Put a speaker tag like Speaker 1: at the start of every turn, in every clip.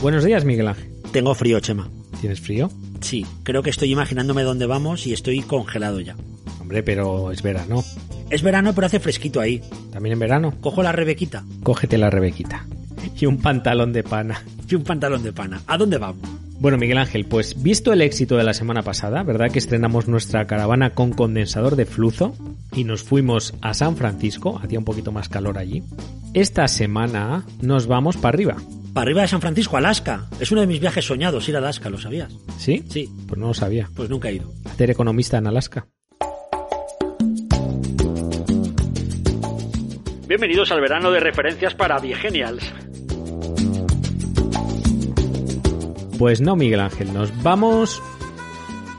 Speaker 1: Buenos días, Miguel Ángel.
Speaker 2: Tengo frío, Chema.
Speaker 1: ¿Tienes frío?
Speaker 2: Sí, creo que estoy imaginándome dónde vamos y estoy congelado ya.
Speaker 1: Hombre, pero es verano.
Speaker 2: Es verano, pero hace fresquito ahí.
Speaker 1: También en verano.
Speaker 2: Cojo la rebequita
Speaker 1: Cógete la rebequita. Y un pantalón de pana.
Speaker 2: y un pantalón de pana. ¿A dónde vamos?
Speaker 1: Bueno, Miguel Ángel, pues visto el éxito de la semana pasada, ¿verdad que estrenamos nuestra caravana con condensador de flujo y nos fuimos a San Francisco? Hacía un poquito más calor allí. Esta semana nos vamos para arriba,
Speaker 2: Para arriba de San Francisco, Alaska. Es uno de mis viajes soñados ir a Alaska, ¿lo sabías?
Speaker 1: ¿sí?
Speaker 2: Sí,
Speaker 1: Pues no lo sabía.
Speaker 2: pues nunca he ido.
Speaker 1: Ser economista en Alaska.
Speaker 2: Bienvenidos al verano de referencias para Viegenials.
Speaker 1: Pues no, Miguel Ángel, nos vamos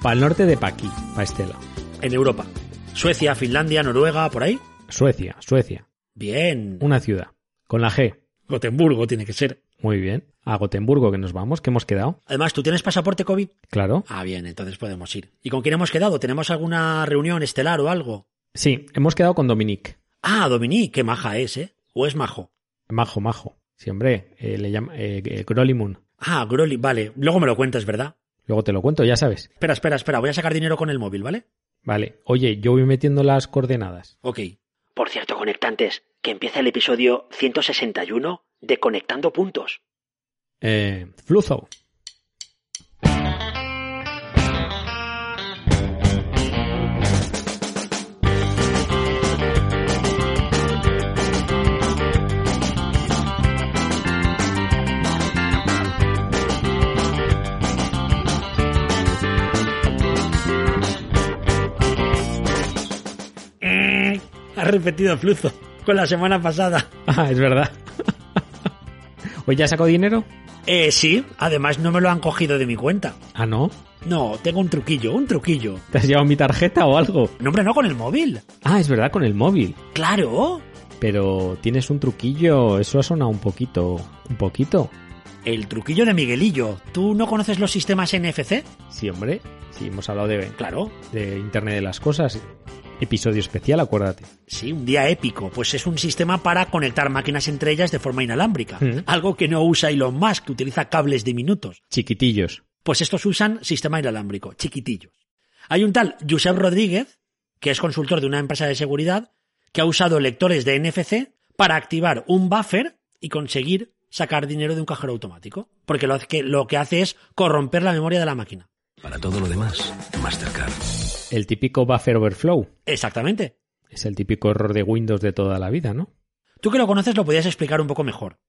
Speaker 1: para el norte de Paqui, para este lado.
Speaker 2: En Europa. Suecia, Finlandia, Noruega, por ahí.
Speaker 1: Suecia, Suecia,
Speaker 2: Bien.
Speaker 1: una ciudad, con la G.
Speaker 2: Gotemburgo tiene que ser.
Speaker 1: Muy bien. A Gotemburgo que nos vamos, que hemos quedado,
Speaker 2: Además, ¿tú tienes pasaporte COVID?
Speaker 1: claro.
Speaker 2: Ah, bien, entonces podemos ir. ¿Y con quién hemos quedado? ¿Tenemos alguna reunión estelar o algo?
Speaker 1: Sí, hemos quedado con Dominique.
Speaker 2: Ah, Dominique, qué maja es, ¿eh? ¿O es majo?
Speaker 1: Majo, majo. Sí, hombre, eh, le llama eh, eh, Growly Moon.
Speaker 2: Ah, Groli, vale. Luego me lo cuentas, ¿verdad?
Speaker 1: Luego te lo cuento, ya sabes.
Speaker 2: Espera, espera, espera. Voy a sacar dinero con el móvil, ¿vale?
Speaker 1: Vale, oye, yo voy metiendo las coordenadas.
Speaker 2: Ok. Por cierto, conectantes, que empieza el episodio 161 de Conectando Puntos.
Speaker 1: Eh, Fluzo.
Speaker 2: Has Mm, repetido flujo con la semana pasada.
Speaker 1: Ah, es verdad. Oye, ¿ya sacó dinero?
Speaker 2: Eh, sí, además no me lo han cogido de mi cuenta.
Speaker 1: Ah, no.
Speaker 2: No, tengo un truquillo, un truquillo.
Speaker 1: ¿Te has llevado mi tarjeta o algo?
Speaker 2: No, hombre, no con el móvil.
Speaker 1: Ah, es verdad, con el móvil.
Speaker 2: Claro.
Speaker 1: Pero tienes un truquillo, eso ha sonado un poquito. ¿Un poquito?
Speaker 2: El truquillo de Miguelillo. ¿Tú no conoces los sistemas NFC?
Speaker 1: Sí, hombre. Sí, hemos hablado de,
Speaker 2: Claro.
Speaker 1: de Internet de las Cosas. Episodio especial, acuérdate.
Speaker 2: Sí, un día épico. Pues es un sistema para conectar máquinas entre ellas de forma inalámbrica.
Speaker 1: Mm.
Speaker 2: Algo que no usa Elon Musk, que utiliza cables diminutos.
Speaker 1: Chiquitillos.
Speaker 2: Pues estos usan sistema inalámbrico, chiquitillos. Hay un tal Josep Rodríguez, que es consultor de una empresa de seguridad, que ha usado lectores de NFC para activar un buffer y conseguir sacar dinero de un cajero automático. Porque lo que, lo que hace es corromper la memoria de la máquina.
Speaker 3: Para todo lo demás, Mastercard.
Speaker 1: El típico buffer overflow.
Speaker 2: Exactamente.
Speaker 1: Es el típico error de Windows de toda la vida, ¿no?
Speaker 2: Tú que lo conoces lo podías explicar un poco mejor.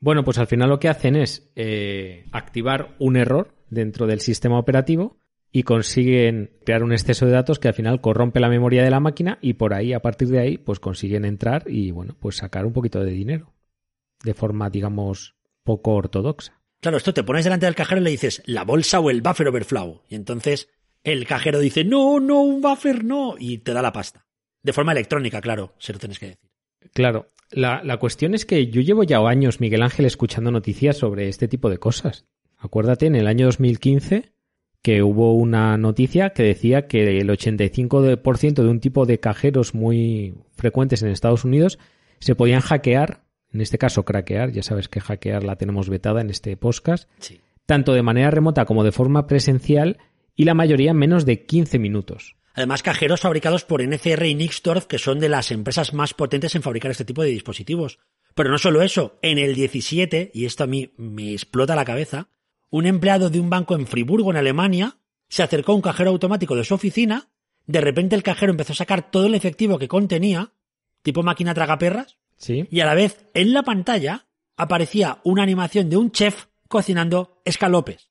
Speaker 1: Bueno, pues al final lo que hacen es eh, activar un error dentro del sistema operativo y consiguen crear un exceso de datos que al final corrompe la memoria de la máquina y por ahí, a partir de ahí, pues consiguen entrar y, bueno, pues sacar un poquito de dinero. De forma, digamos, poco ortodoxa.
Speaker 2: Claro, esto te pones delante del cajero y le dices la bolsa o el buffer overflow. Y entonces el cajero dice no, no, un buffer no. Y te da la pasta. De forma electrónica, claro, se lo tienes que decir.
Speaker 1: Claro, la, la cuestión es que yo llevo ya años, Miguel Ángel, escuchando noticias sobre este tipo de cosas. Acuérdate, en el año 2015, que hubo una noticia que decía que el 85% de un tipo de cajeros muy frecuentes en Estados Unidos se podían hackear, en este caso craquear, ya sabes que hackear la tenemos vetada en este podcast,
Speaker 2: Sí.
Speaker 1: tanto de manera remota como de forma presencial y la mayoría en menos de 15 minutos.
Speaker 2: Además, cajeros fabricados por NCR y Nixdorf, que son de las empresas más potentes en fabricar este tipo de dispositivos. Pero no solo eso, en el 17, y esto a mí me explota la cabeza, un empleado de un banco en Friburgo, en Alemania, se acercó a un cajero automático de su oficina, de repente el cajero empezó a sacar todo el efectivo que contenía, tipo máquina tragaperras,
Speaker 1: ¿Sí?
Speaker 2: y a la vez en la pantalla aparecía una animación de un chef cocinando escalopes.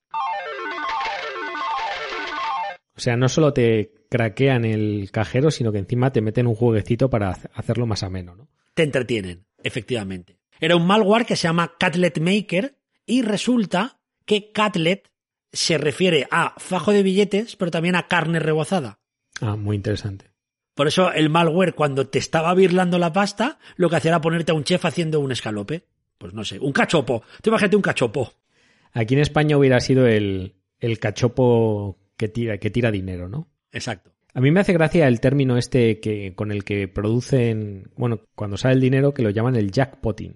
Speaker 1: O sea, no solo te craquean el cajero, sino que encima te meten un jueguecito para hac- hacerlo más ameno, ¿no?
Speaker 2: te entretienen, efectivamente. Era un malware que se llama Catlet Maker y resulta que Catlet se refiere a fajo de billetes, pero también a carne rebozada.
Speaker 1: Ah, muy interesante.
Speaker 2: Por eso el malware cuando te estaba birlando la pasta, lo que hacía era ponerte a un chef haciendo un escalope. Pues no sé, un cachopo. Tú imagínate un cachopo.
Speaker 1: Aquí en España hubiera sido el, el cachopo que tira, que tira dinero, ¿no?
Speaker 2: Exacto.
Speaker 1: A mí me hace gracia el término este que, con el que producen, bueno, cuando sale el dinero, que lo llaman el jackpotting.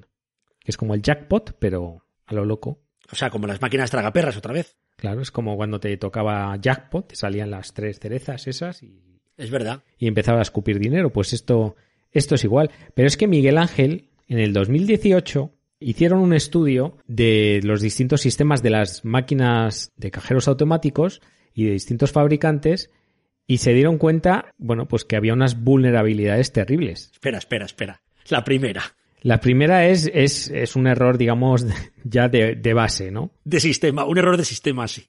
Speaker 1: Que es como el jackpot, pero a lo loco.
Speaker 2: O sea, como las máquinas tragaperras otra vez.
Speaker 1: Claro, es como cuando te tocaba jackpot, te salían las tres cerezas esas y,
Speaker 2: Es verdad.
Speaker 1: y empezaba a escupir dinero. Pues esto, esto es igual. Pero es que Miguel Ángel, en el 2018, hicieron un estudio de los distintos sistemas de las máquinas de cajeros automáticos y de distintos fabricantes y se dieron cuenta, bueno, pues que había unas vulnerabilidades terribles.
Speaker 2: Espera, espera, espera. La primera.
Speaker 1: La primera es, es, es un error, digamos, ya de, de base, ¿no?
Speaker 2: De sistema, un error de sistema, sí.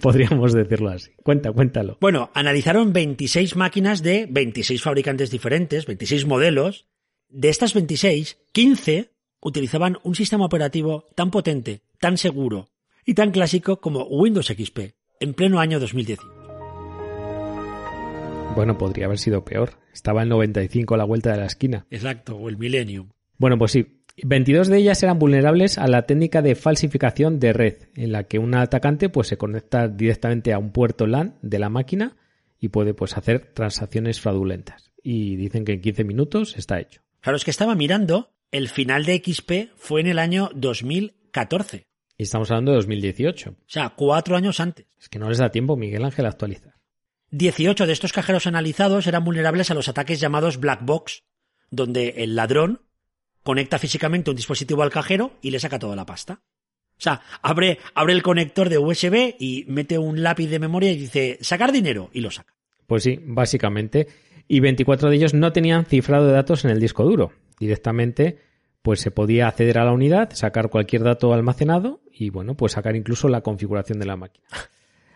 Speaker 1: Podríamos decirlo así. Cuenta, cuéntalo.
Speaker 2: Bueno, analizaron 26 máquinas de 26 fabricantes diferentes, 26 modelos. De estas 26, 15 utilizaban un sistema operativo tan potente, tan seguro y tan clásico como Windows XP, en pleno año 2010.
Speaker 1: Bueno, podría haber sido peor. Estaba el 95 a la vuelta de la esquina.
Speaker 2: Exacto, o el Millennium.
Speaker 1: Bueno, pues sí. 22 de ellas eran vulnerables a la técnica de falsificación de red, en la que un atacante pues, se conecta directamente a un puerto LAN de la máquina y puede pues, hacer transacciones fraudulentas. Y dicen que en 15 minutos está hecho.
Speaker 2: Claro, es que estaba mirando, el final de XP fue en el año 2014.
Speaker 1: Y estamos hablando de 2018.
Speaker 2: O sea, cuatro años antes.
Speaker 1: Es que no les da tiempo, Miguel Ángel, a actualizar.
Speaker 2: 18 de estos cajeros analizados eran vulnerables a los ataques llamados black box, donde el ladrón conecta físicamente un dispositivo al cajero y le saca toda la pasta. O sea, abre, abre el conector de USB y mete un lápiz de memoria y dice sacar dinero y lo saca.
Speaker 1: Pues sí, básicamente. Y 24 de ellos no tenían cifrado de datos en el disco duro. Directamente, pues se podía acceder a la unidad, sacar cualquier dato almacenado y, bueno, pues sacar incluso la configuración de la máquina.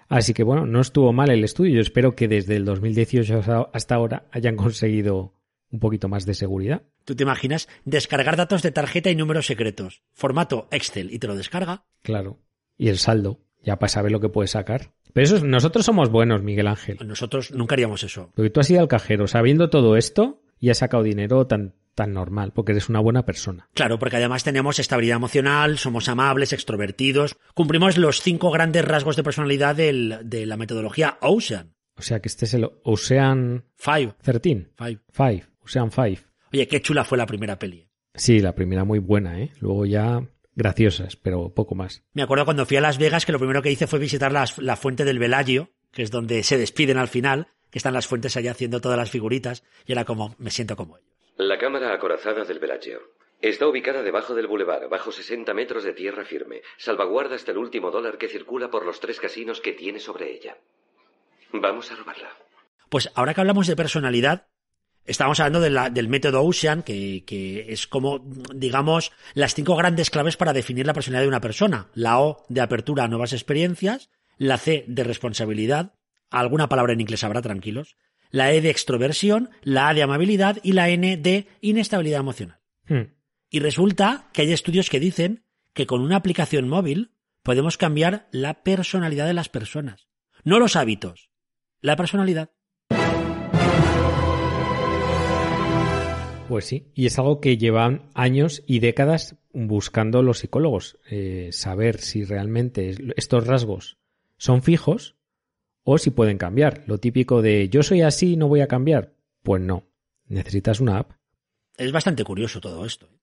Speaker 1: Así que, bueno, no estuvo mal el estudio. Yo espero que desde el 2018 hasta- hasta ahora hayan conseguido un poquito más de seguridad.
Speaker 2: ¿Tú te imaginas descargar datos de tarjeta y números secretos? Formato Excel y te lo descarga.
Speaker 1: Claro. Y el saldo, ya para saber lo que puedes sacar. Pero eso, es- nosotros somos buenos, Miguel Ángel.
Speaker 2: Nosotros nunca haríamos eso.
Speaker 1: Porque tú has ido al cajero sabiendo todo esto y has sacado dinero tan, tan normal, porque eres una buena persona.
Speaker 2: Claro, porque además tenemos estabilidad emocional, somos amables, extrovertidos, cumplimos los cinco grandes rasgos de personalidad del- de la metodología Ocean.
Speaker 1: O sea que este es el Ocean
Speaker 2: Five.
Speaker 1: 13,
Speaker 2: Five.
Speaker 1: 5, Ocean 5.
Speaker 2: Oye, qué chula fue la primera peli. ¿eh?
Speaker 1: Sí, la primera muy buena, ¿eh? Luego ya graciosas, pero poco más.
Speaker 2: Me acuerdo cuando fui a Las Vegas que lo primero que hice fue visitar las- la fuente del Velagio, que es donde se despiden al final, que están las fuentes allá haciendo todas las figuritas, y era como, me siento como ellos.
Speaker 4: La cámara acorazada del Bellagio. Está ubicada debajo del bulevar, bajo 60 metros de tierra firme. Salvaguarda hasta el último dólar que circula por los tres casinos que tiene sobre ella. Vamos a robarla.
Speaker 2: Pues ahora que hablamos de personalidad, estamos hablando de la- del método Ocean, que, que es como, digamos, las cinco grandes claves para definir la personalidad de una persona. La O de apertura a nuevas experiencias, la C de responsabilidad, alguna palabra en inglés habrá, tranquilos, la E de extroversión, la A de amabilidad y la N de inestabilidad emocional.
Speaker 1: Hmm.
Speaker 2: Y resulta que hay estudios que dicen que con una aplicación móvil podemos cambiar la personalidad de las personas. No los hábitos, la personalidad.
Speaker 1: Pues sí, y es algo que llevan años y décadas buscando los psicólogos, eh, saber si realmente es- estos rasgos son fijos o si pueden cambiar. Lo típico de yo soy así y no voy a cambiar, pues no, necesitas una app.
Speaker 2: Es bastante curioso todo esto. ¿eh?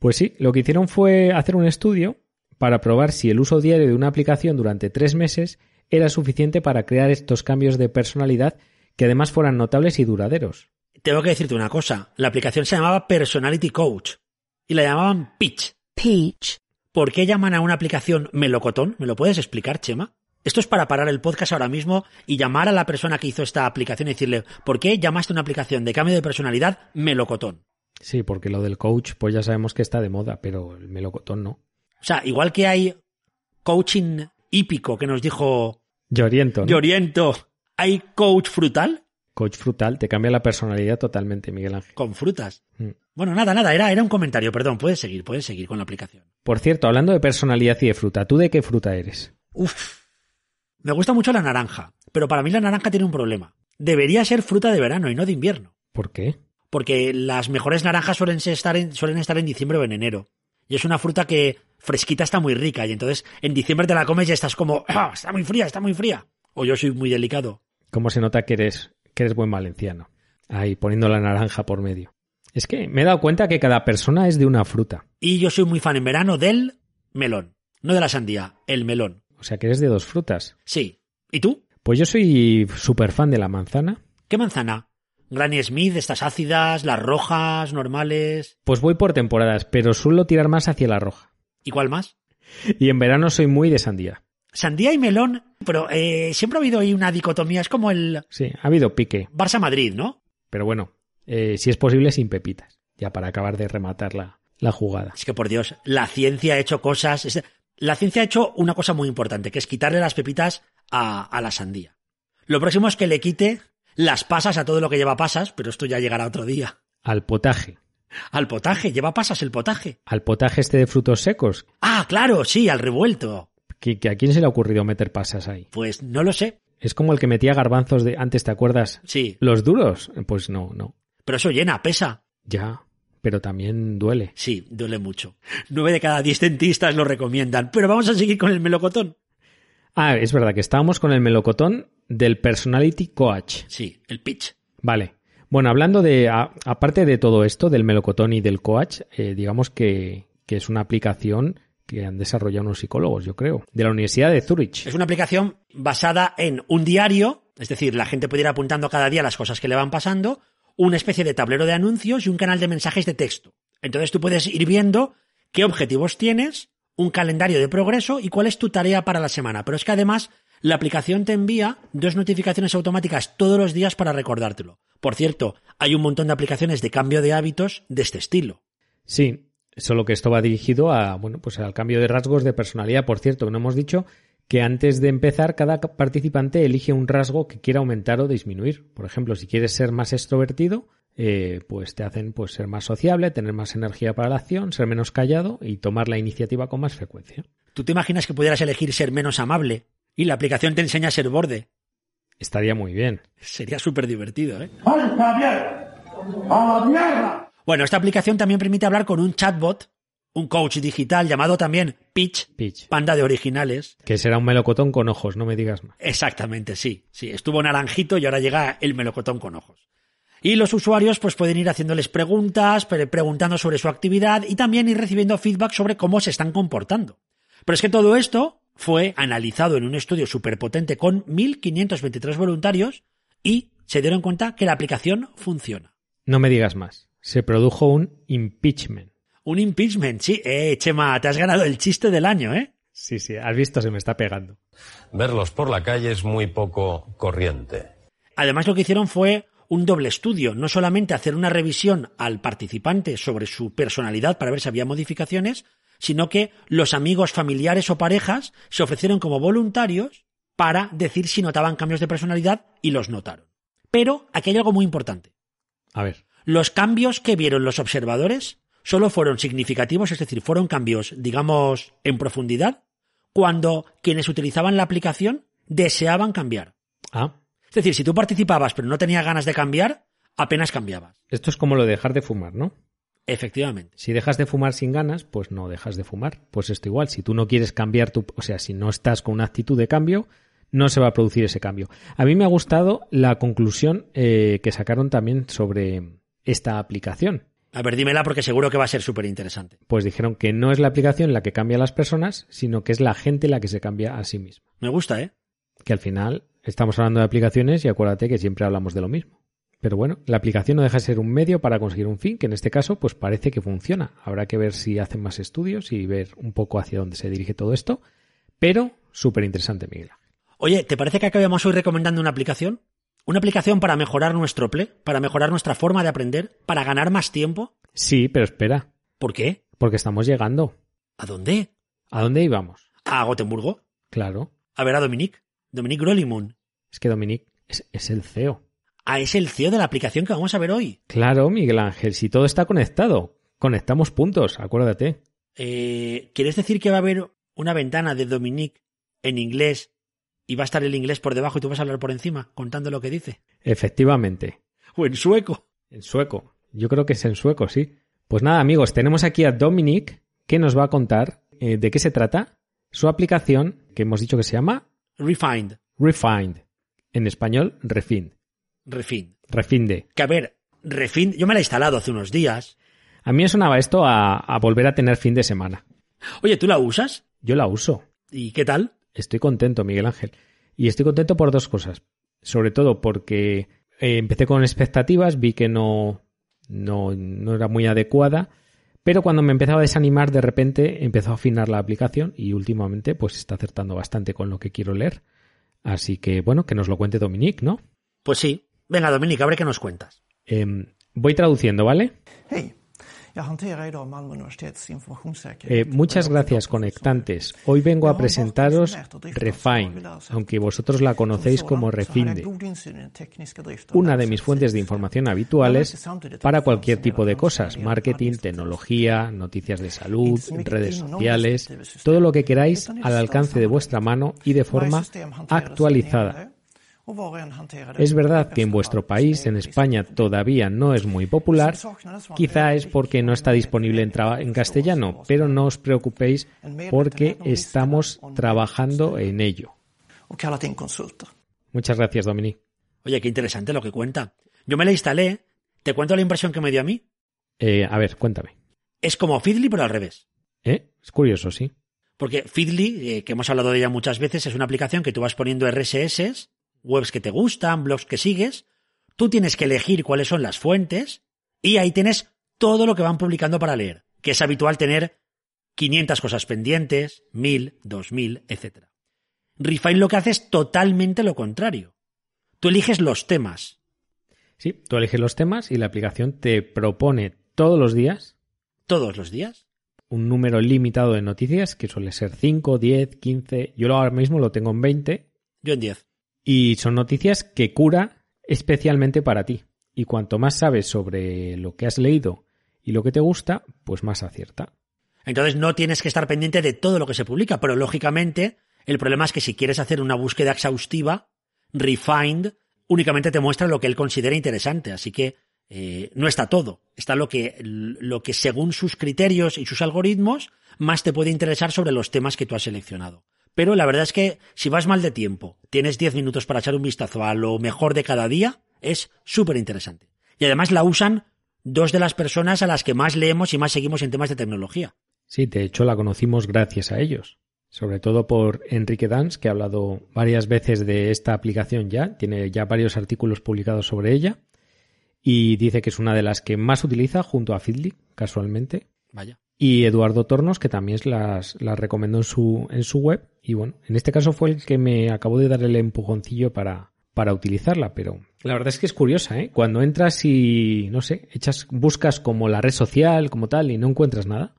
Speaker 1: Pues sí, lo que hicieron fue hacer un estudio para probar si el uso diario de una aplicación durante tres meses era suficiente para crear estos cambios de personalidad que además fueran notables y duraderos.
Speaker 2: Tengo que decirte una cosa. La aplicación se llamaba Personality Coach y la llamaban Pitch.
Speaker 5: peach,
Speaker 2: ¿Por qué llaman a una aplicación melocotón? ¿Me lo puedes explicar, Chema? Esto es para parar el podcast ahora mismo y llamar a la persona que hizo esta aplicación y decirle, ¿por qué llamaste a una aplicación de cambio de personalidad melocotón?
Speaker 1: Sí, porque lo del coach, pues ya sabemos que está de moda, pero el melocotón no.
Speaker 2: O sea, igual que hay coaching hípico que nos dijo
Speaker 1: Yo oriento, ¿no?
Speaker 2: Yo oriento, hay coach frutal
Speaker 1: Coach frutal te cambia la personalidad totalmente, Miguel Ángel.
Speaker 2: con frutas.
Speaker 1: Mm.
Speaker 2: Bueno, nada, nada, era, era un comentario, perdón, puedes seguir, puedes seguir con la aplicación.
Speaker 1: Por cierto, hablando de personalidad y de fruta, ¿tú de qué fruta eres?
Speaker 2: Uf. Me gusta mucho la naranja, pero para mí la naranja tiene un problema. Debería ser fruta de verano y no de invierno,
Speaker 1: ¿Por qué?
Speaker 2: porque las mejores naranjas suelen, ser- estar, en, suelen estar en diciembre o en enero. Y es una fruta que fresquita está muy rica, y entonces en diciembre te la comes y estás como, "Ah, está muy fría, está muy fría. O yo soy muy delicado.
Speaker 1: ¿Cómo se nota que eres, que eres buen valenciano? Ahí, poniendo la naranja por medio. Es que me he dado cuenta que cada persona es de una fruta.
Speaker 2: Y yo soy muy fan en verano del melón. No de la sandía, el melón.
Speaker 1: O sea que eres de dos frutas.
Speaker 2: Sí. ¿Y tú?
Speaker 1: Pues yo soy súper fan de la manzana.
Speaker 2: ¿Qué manzana? Granny Smith, estas ácidas, las rojas, normales.
Speaker 1: Pues voy por temporadas, pero suelo tirar más hacia la roja.
Speaker 2: ¿Y cuál más?
Speaker 1: Y en verano soy muy de sandía.
Speaker 2: Sandía y melón, pero eh, siempre ha habido ahí una dicotomía. Es como el
Speaker 1: Sí, ha habido pique,
Speaker 2: Barça-Madrid, ¿no?
Speaker 1: pero bueno, eh, si es posible sin pepitas, ya para acabar de rematar la, la jugada.
Speaker 2: Es que por Dios, la ciencia ha hecho cosas. es- La ciencia ha hecho una cosa muy importante, que es quitarle las pepitas a, a la sandía. Lo próximo es que le quite las pasas a todo lo que lleva pasas, pero esto ya llegará otro día.
Speaker 1: Al potaje.
Speaker 2: Al potaje, lleva pasas el potaje.
Speaker 1: Al potaje este de frutos secos.
Speaker 2: Ah, claro, sí, al revuelto.
Speaker 1: Que, que ¿A quién se le ha ocurrido meter pasas ahí?
Speaker 2: Pues no lo sé,
Speaker 1: Es como el que metía garbanzos de antes, ¿te acuerdas?
Speaker 2: sí.
Speaker 1: ¿Los duros? Pues no, no.
Speaker 2: Pero eso llena, pesa.
Speaker 1: Ya, pero también duele.
Speaker 2: Sí, duele mucho. Nueve de cada diez dentistas lo recomiendan. Pero vamos a seguir con el melocotón.
Speaker 1: Ah, es verdad que estábamos con el melocotón del personality coach.
Speaker 2: Sí, el pitch.
Speaker 1: Vale. Bueno, hablando de, a- aparte de todo esto, del melocotón y del coach, eh, digamos que, que es una aplicación que han desarrollado unos psicólogos, yo creo, de la Universidad de Zurich.
Speaker 2: Es una aplicación basada en un diario, es decir, la gente puede ir apuntando cada día las cosas que le van pasando, una especie de tablero de anuncios y un canal de mensajes de texto. Entonces tú puedes ir viendo qué objetivos tienes, un calendario de progreso y cuál es tu tarea para la semana. Pero es que además la aplicación te envía dos notificaciones automáticas todos los días para recordártelo. Por cierto, hay un montón de aplicaciones de cambio de hábitos de este estilo.
Speaker 1: Sí, solo que esto va dirigido a, bueno, pues al cambio de rasgos de personalidad. Por cierto, que no hemos dicho que antes de empezar, cada ca- participante elige un rasgo que quiera aumentar o disminuir. Por ejemplo, si quieres ser más extrovertido, eh, pues te hacen pues, ser más sociable, tener más energía para la acción, ser menos callado y tomar la iniciativa con más frecuencia.
Speaker 2: ¿Tú te imaginas que pudieras elegir ser menos amable? Y la aplicación te enseña a ser borde.
Speaker 1: Estaría muy bien.
Speaker 2: Sería súper divertido, ¿eh?
Speaker 5: ¡A la mierda! ¡A la mierda!
Speaker 2: Bueno, esta aplicación también permite hablar con un chatbot, un coach digital llamado también Pitch,
Speaker 1: Pitch.
Speaker 2: panda de originales.
Speaker 1: Que será un melocotón con ojos, no me digas más.
Speaker 2: Exactamente, sí. Sí, estuvo naranjito y ahora llega el melocotón con ojos. Y los usuarios pues pueden ir haciéndoles preguntas, pre- preguntando sobre su actividad y también ir recibiendo feedback sobre cómo se están comportando. Pero es que todo esto fue analizado en un estudio superpotente con 1523 voluntarios y se dieron cuenta que la aplicación funciona.
Speaker 1: No me digas más. Se produjo un impeachment.
Speaker 2: Un impeachment, sí. Eh, Chema, te has ganado el chiste del año, ¿eh?
Speaker 1: Sí, sí, has visto, se me está pegando.
Speaker 3: Verlos por la calle es muy poco corriente.
Speaker 2: Además, lo que hicieron fue un doble estudio, no solamente hacer una revisión al participante sobre su personalidad para ver si había modificaciones, sino que los amigos, familiares o parejas se ofrecieron como voluntarios para decir si notaban cambios de personalidad y los notaron. Pero aquí hay algo muy importante.
Speaker 1: A ver.
Speaker 2: Los cambios que vieron los observadores solo fueron significativos, es decir, fueron cambios, digamos, en profundidad, cuando quienes utilizaban la aplicación deseaban cambiar.
Speaker 1: Ah,
Speaker 2: Es decir, si tú participabas pero no tenías ganas de cambiar, apenas cambiabas.
Speaker 1: esto es como lo de dejar de fumar, ¿no?
Speaker 2: Efectivamente.
Speaker 1: Si dejas de fumar sin ganas, pues no dejas de fumar. Pues esto igual, si tú no quieres cambiar tu... O sea, si no estás con una actitud de cambio, no se va a producir ese cambio. A mí me ha gustado la conclusión eh, que sacaron también sobre esta aplicación.
Speaker 2: A ver, dímela porque seguro que va a ser súper interesante.
Speaker 1: Pues dijeron que no es la aplicación la que cambia a las personas, sino que es la gente la que se cambia a sí misma.
Speaker 2: Me gusta, ¿eh?
Speaker 1: que al final estamos hablando de aplicaciones y acuérdate que siempre hablamos de lo mismo. Pero bueno, la aplicación no deja de ser un medio para conseguir un fin, que en este caso pues parece que funciona. Habrá que ver si hacen más estudios y ver un poco hacia dónde se dirige todo esto. Pero súper interesante, Miguel.
Speaker 2: Oye, ¿te parece que acabamos hoy recomendando una aplicación? ¿Una aplicación para mejorar nuestro ple? ¿Para mejorar nuestra forma de aprender? ¿Para ganar más tiempo?
Speaker 1: Sí, pero espera,
Speaker 2: ¿Por qué?
Speaker 1: porque estamos llegando.
Speaker 2: ¿A dónde?
Speaker 1: ¿A dónde íbamos?
Speaker 2: ¿A Gotemburgo?
Speaker 1: Claro,
Speaker 2: A ver a Dominique. Dominique Grolimun.
Speaker 1: es que Dominic es, es el E CEO.
Speaker 2: Ah, es el CEO de la aplicación que vamos a ver hoy.
Speaker 1: Claro, Miguel Ángel, si todo está conectado, conectamos puntos, acuérdate.
Speaker 2: Eh, ¿Quieres decir que va a haber una ventana de Dominique en inglés y va a estar el inglés por debajo y tú vas a hablar por encima contando lo que dice?
Speaker 1: Efectivamente,
Speaker 2: O en sueco.
Speaker 1: En sueco. Yo creo que es en sueco, sí. Pues nada, amigos, tenemos aquí a Dominic que nos va a contar eh, de qué se trata su aplicación que hemos dicho que se llama
Speaker 2: Refined.
Speaker 1: Refind. En español, Refind.
Speaker 2: Refind.
Speaker 1: Refinde.
Speaker 2: Que a ver, Refind, yo me la he instalado hace unos días.
Speaker 1: A mí me sonaba esto a, a volver a tener fin de semana.
Speaker 2: Oye, ¿tú la usas?
Speaker 1: Yo la uso.
Speaker 2: ¿Y qué tal?
Speaker 1: Estoy contento, Miguel Ángel. Y estoy contento por dos cosas. Sobre todo porque eh, empecé con expectativas, vi que no, no, no era muy adecuada, pero cuando me empezaba a desanimar, de repente empezó a afinar la aplicación y últimamente pues está acertando bastante con lo que quiero leer. Así que bueno, que nos lo cuente Dominique, ¿no?
Speaker 2: Pues sí. Venga, Dominic, a ver qué nos cuentas.
Speaker 1: Em, voy traduciendo, ¿vale?
Speaker 6: Hej! Jag hanterar idag Malmö universitets informationssäkerhet.
Speaker 1: Eh, muchas gracias, conectantes. Hoy vengo a presentaros Refine, aunque vosotros la conocéis como Refinde, una de mis fuentes de información habituales para cualquier tipo de cosas, marketing, tecnología, noticias de salud, redes sociales, todo lo que queráis al alcance de vuestra mano y de forma actualizada. Es verdad que en vuestro país, en España, todavía no es muy popular. Quizá es porque no está disponible en, traba- en castellano, pero no os preocupéis porque estamos trabajando en ello.
Speaker 6: Och kallat in konsulter.
Speaker 1: Muchas gracias, Dominique.
Speaker 2: Oye, qué interesante lo que cuenta. Yo me la instalé. ¿Te cuento la impresión que me dio a mí?
Speaker 1: Eh, a ver, cuéntame.
Speaker 2: Es como Fiddly, pero al revés.
Speaker 1: ¿Eh? Es curioso, sí.
Speaker 2: Porque Feedly, eh, que hemos hablado de ella muchas veces, es una aplicación que tú vas poniendo RSS, webs que te gustan, blogs que sigues. Tú tienes que elegir cuáles son las fuentes y ahí tienes todo lo que van publicando para leer, que es habitual tener 500 cosas pendientes, 1000, 2000, etc. Refine lo que hace es totalmente lo contrario. Tú eliges los temas.
Speaker 1: Sí, tú eliges los temas y la aplicación te propone todos los días
Speaker 2: ¿Todos los días?
Speaker 1: un número limitado de noticias, que suele ser 5, 10, 15. Yo ahora mismo lo tengo en 20
Speaker 2: Yo en 10.
Speaker 1: Y son noticias que cura especialmente para ti. Y cuanto más sabes sobre lo que has leído y lo que te gusta, pues más acierta.
Speaker 2: Entonces no tienes que estar pendiente de todo lo que se publica, pero lógicamente el problema es que si quieres hacer una búsqueda exhaustiva, Refind únicamente te muestra lo que él considera interesante, así que eh, no está todo, está lo que, lo que según sus criterios y sus algoritmos más te puede interesar sobre los temas que tú has seleccionado. Pero la verdad es que si vas mal de tiempo, tienes 10 minutos para echar un vistazo a lo mejor de cada día, es súper interesante. Y además la usan dos de las personas a las que más leemos y más seguimos en temas de tecnología.
Speaker 1: Sí, de hecho la conocimos gracias a ellos. Sobre todo por Enrique Dans, que ha hablado varias veces de esta aplicación ya, tiene ya varios artículos publicados sobre ella y dice que es una de las que más utiliza junto a Fidley, casualmente.
Speaker 2: Vaya.
Speaker 1: Y Eduardo Tornos, que también las, las recomendó en su, en su web. Y bueno, en este caso fue el que me acabó de dar el empujoncillo para, para utilizarla, pero la verdad es que es curiosa, ¿eh? Cuando entras y, no sé, echas, buscas como la red social, como tal, y no encuentras nada,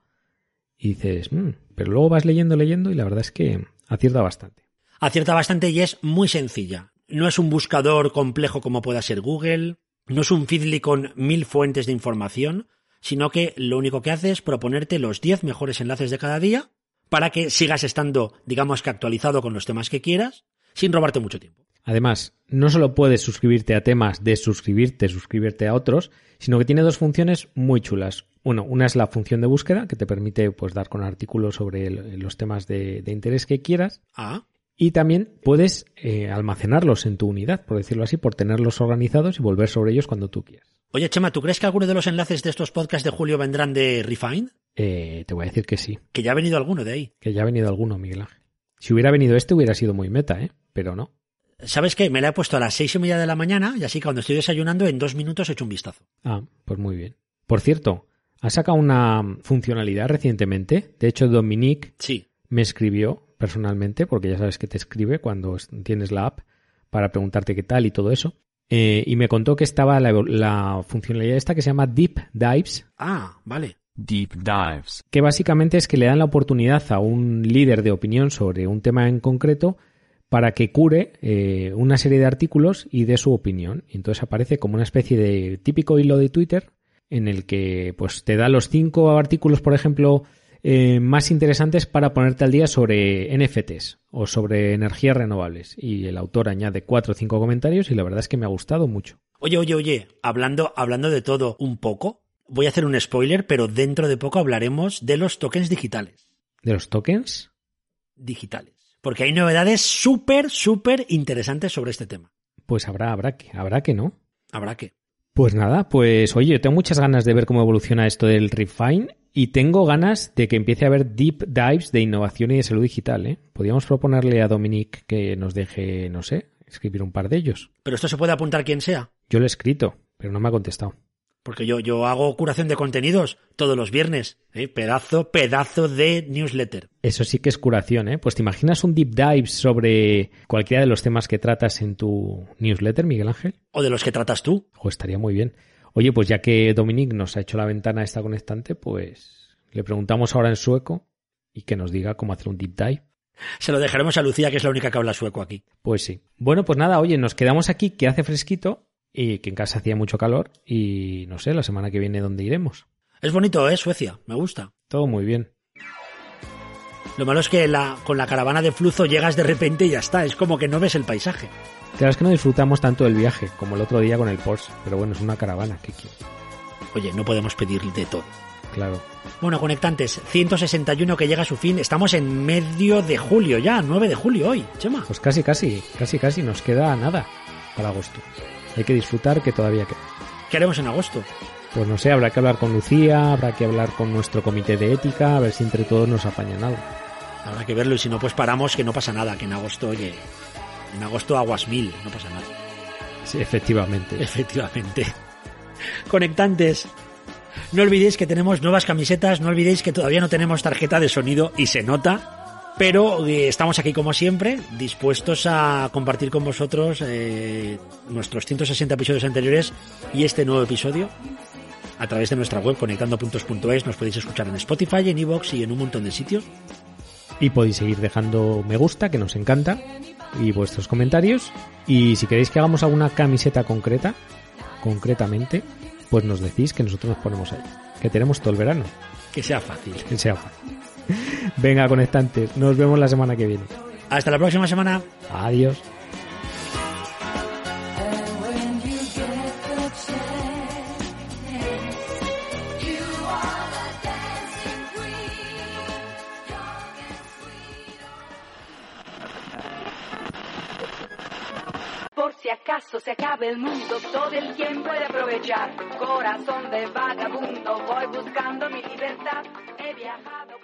Speaker 1: y dices, "Mm", pero luego vas leyendo, leyendo, y la verdad es que acierta bastante.
Speaker 2: acierta bastante y es muy sencilla. No es un buscador complejo como pueda ser Google, no es un Feedly con mil fuentes de información, sino que lo único que hace es proponerte los 10 mejores enlaces de cada día para que sigas estando, digamos que actualizado con los temas que quieras, sin robarte mucho tiempo.
Speaker 1: Además, no solo puedes suscribirte a temas de suscribirte, suscribirte a otros, sino que tiene dos funciones muy chulas. Uno, una es la función de búsqueda, que te permite pues, dar con artículos sobre el- los temas de, de interés que quieras.
Speaker 2: Ah,
Speaker 1: Y también puedes eh, almacenarlos en tu unidad, por decirlo así, por tenerlos organizados y volver sobre ellos cuando tú quieras.
Speaker 2: oye Chema, ¿tú crees que alguno de los enlaces de estos podcasts de Julio vendrán de Refine?
Speaker 1: Eh, te voy a decir que sí,
Speaker 2: Que ya ha venido alguno de ahí.
Speaker 1: que ya ha venido alguno, Miguel Ángel. Si hubiera venido este hubiera sido muy meta, ¿eh? Pero no.
Speaker 2: ¿Sabes qué? Me la he puesto a las seis y media de la mañana y así cuando estoy desayunando en dos minutos he hecho un vistazo.
Speaker 1: Ah, pues muy bien. Por cierto, ha sacado una funcionalidad recientemente. De hecho, Dominique
Speaker 2: Sí.
Speaker 1: me escribió personalmente, porque ya sabes que te escribe cuando es- tienes la app para preguntarte qué tal y todo eso. Eh, y me contó que estaba la, la funcionalidad esta que se llama Deep Dives,
Speaker 2: Ah, vale.
Speaker 7: Deep dives.
Speaker 1: que básicamente es que le dan la oportunidad a un líder de opinión sobre un tema en concreto para que cure eh, una serie de artículos y dé su opinión. Y entonces aparece como una especie de típico hilo de Twitter en el que pues te da los cinco artículos, por ejemplo, eh, más interesantes para ponerte al día sobre NFTs o sobre energías renovables. Y el autor añade cuatro o cinco comentarios y la verdad es que me ha gustado mucho.
Speaker 2: Oye, oye, oye, hablando, hablando de todo un poco, voy a hacer un spoiler, pero dentro de poco hablaremos de los tokens digitales.
Speaker 1: De los tokens,
Speaker 2: Digitales. Porque hay novedades súper, súper interesantes sobre este tema.
Speaker 1: pues habrá, habrá que, habrá que, ¿no?
Speaker 2: Habrá que.
Speaker 1: Pues nada, pues oye, tengo muchas ganas de ver cómo evoluciona esto del refine Y tengo ganas de que empiece a haber deep dives de innovación y de salud digital. ¿eh? Podríamos proponerle a Dominic que nos deje, no sé, escribir un par de ellos.
Speaker 2: Pero esto se puede apuntar quien sea.
Speaker 1: Yo lo he escrito, pero no me ha contestado.
Speaker 2: Porque yo, yo hago curación de contenidos todos los viernes. ¿eh? Pedazo, pedazo de newsletter.
Speaker 1: Eso sí que es curación, ¿eh? Pues te imaginas un deep dive sobre cualquiera de los temas que tratas en tu newsletter, Miguel Ángel.
Speaker 2: O de los que tratas tú.
Speaker 1: Ojo, estaría muy bien. Oye, pues ya que Dominic nos ha hecho la ventana esta conectante, pues le preguntamos ahora en sueco y que nos diga cómo hacer un deep dive.
Speaker 2: Se lo dejaremos a Lucía, que es la única que habla sueco aquí.
Speaker 1: Pues sí. Bueno, pues nada, oye, nos quedamos aquí que hace fresquito y que en casa hacía mucho calor y no sé, la semana que viene dónde iremos.
Speaker 2: Es bonito, ¿eh? Suecia. Me gusta.
Speaker 1: Todo muy bien.
Speaker 2: Lo malo es que la, con la caravana de flujo llegas de repente y ya está. Es como que no ves el paisaje.
Speaker 1: Claro, es que no disfrutamos tanto del viaje como el otro día con el Porsche, pero bueno, es una caravana, ¿qué quiere?
Speaker 2: Oye, no podemos pedir de todo.
Speaker 1: Claro.
Speaker 2: Bueno, conectantes, 161 que llega a su fin. Estamos en medio de julio ya, 9 de julio hoy. Chema.
Speaker 1: Pues casi, casi, casi, casi nos queda nada para agosto. Hay que disfrutar que todavía queda.
Speaker 2: ¿Qué haremos en agosto?
Speaker 1: Pues no sé, habrá que hablar con Lucía, habrá que hablar con nuestro comité de ética, a ver si entre todos nos apañan algo.
Speaker 2: Habrá que verlo y si no, pues paramos, que no pasa nada, que en agosto, oye, en agosto aguas mil, no pasa nada.
Speaker 1: Sí, efectivamente.
Speaker 2: Efectivamente. Conectantes, no olvidéis que tenemos nuevas camisetas, no olvidéis que todavía no tenemos tarjeta de sonido y se nota, pero eh, estamos aquí como siempre, dispuestos a compartir con vosotros eh, nuestros 160 episodios anteriores y este nuevo episodio a través de nuestra web conectandopuntos.es. Nos podéis escuchar en Spotify, en Evox y en un montón de sitios.
Speaker 1: Y podéis seguir dejando me gusta, que nos encanta, y vuestros comentarios. Y si queréis que hagamos alguna camiseta concreta, concretamente, pues nos decís que nosotros nos ponemos ahí. Que tenemos todo el verano,
Speaker 2: Que sea fácil.
Speaker 1: que sea fácil. Venga, conectantes, nos vemos la semana que viene.
Speaker 2: Hasta la próxima semana.
Speaker 1: Adiós.
Speaker 7: Por si acaso se acabe el mundo, todo el tiempo he de aprovechar. Corazón de vagabundo, voy buscando mi libertad. He viajado.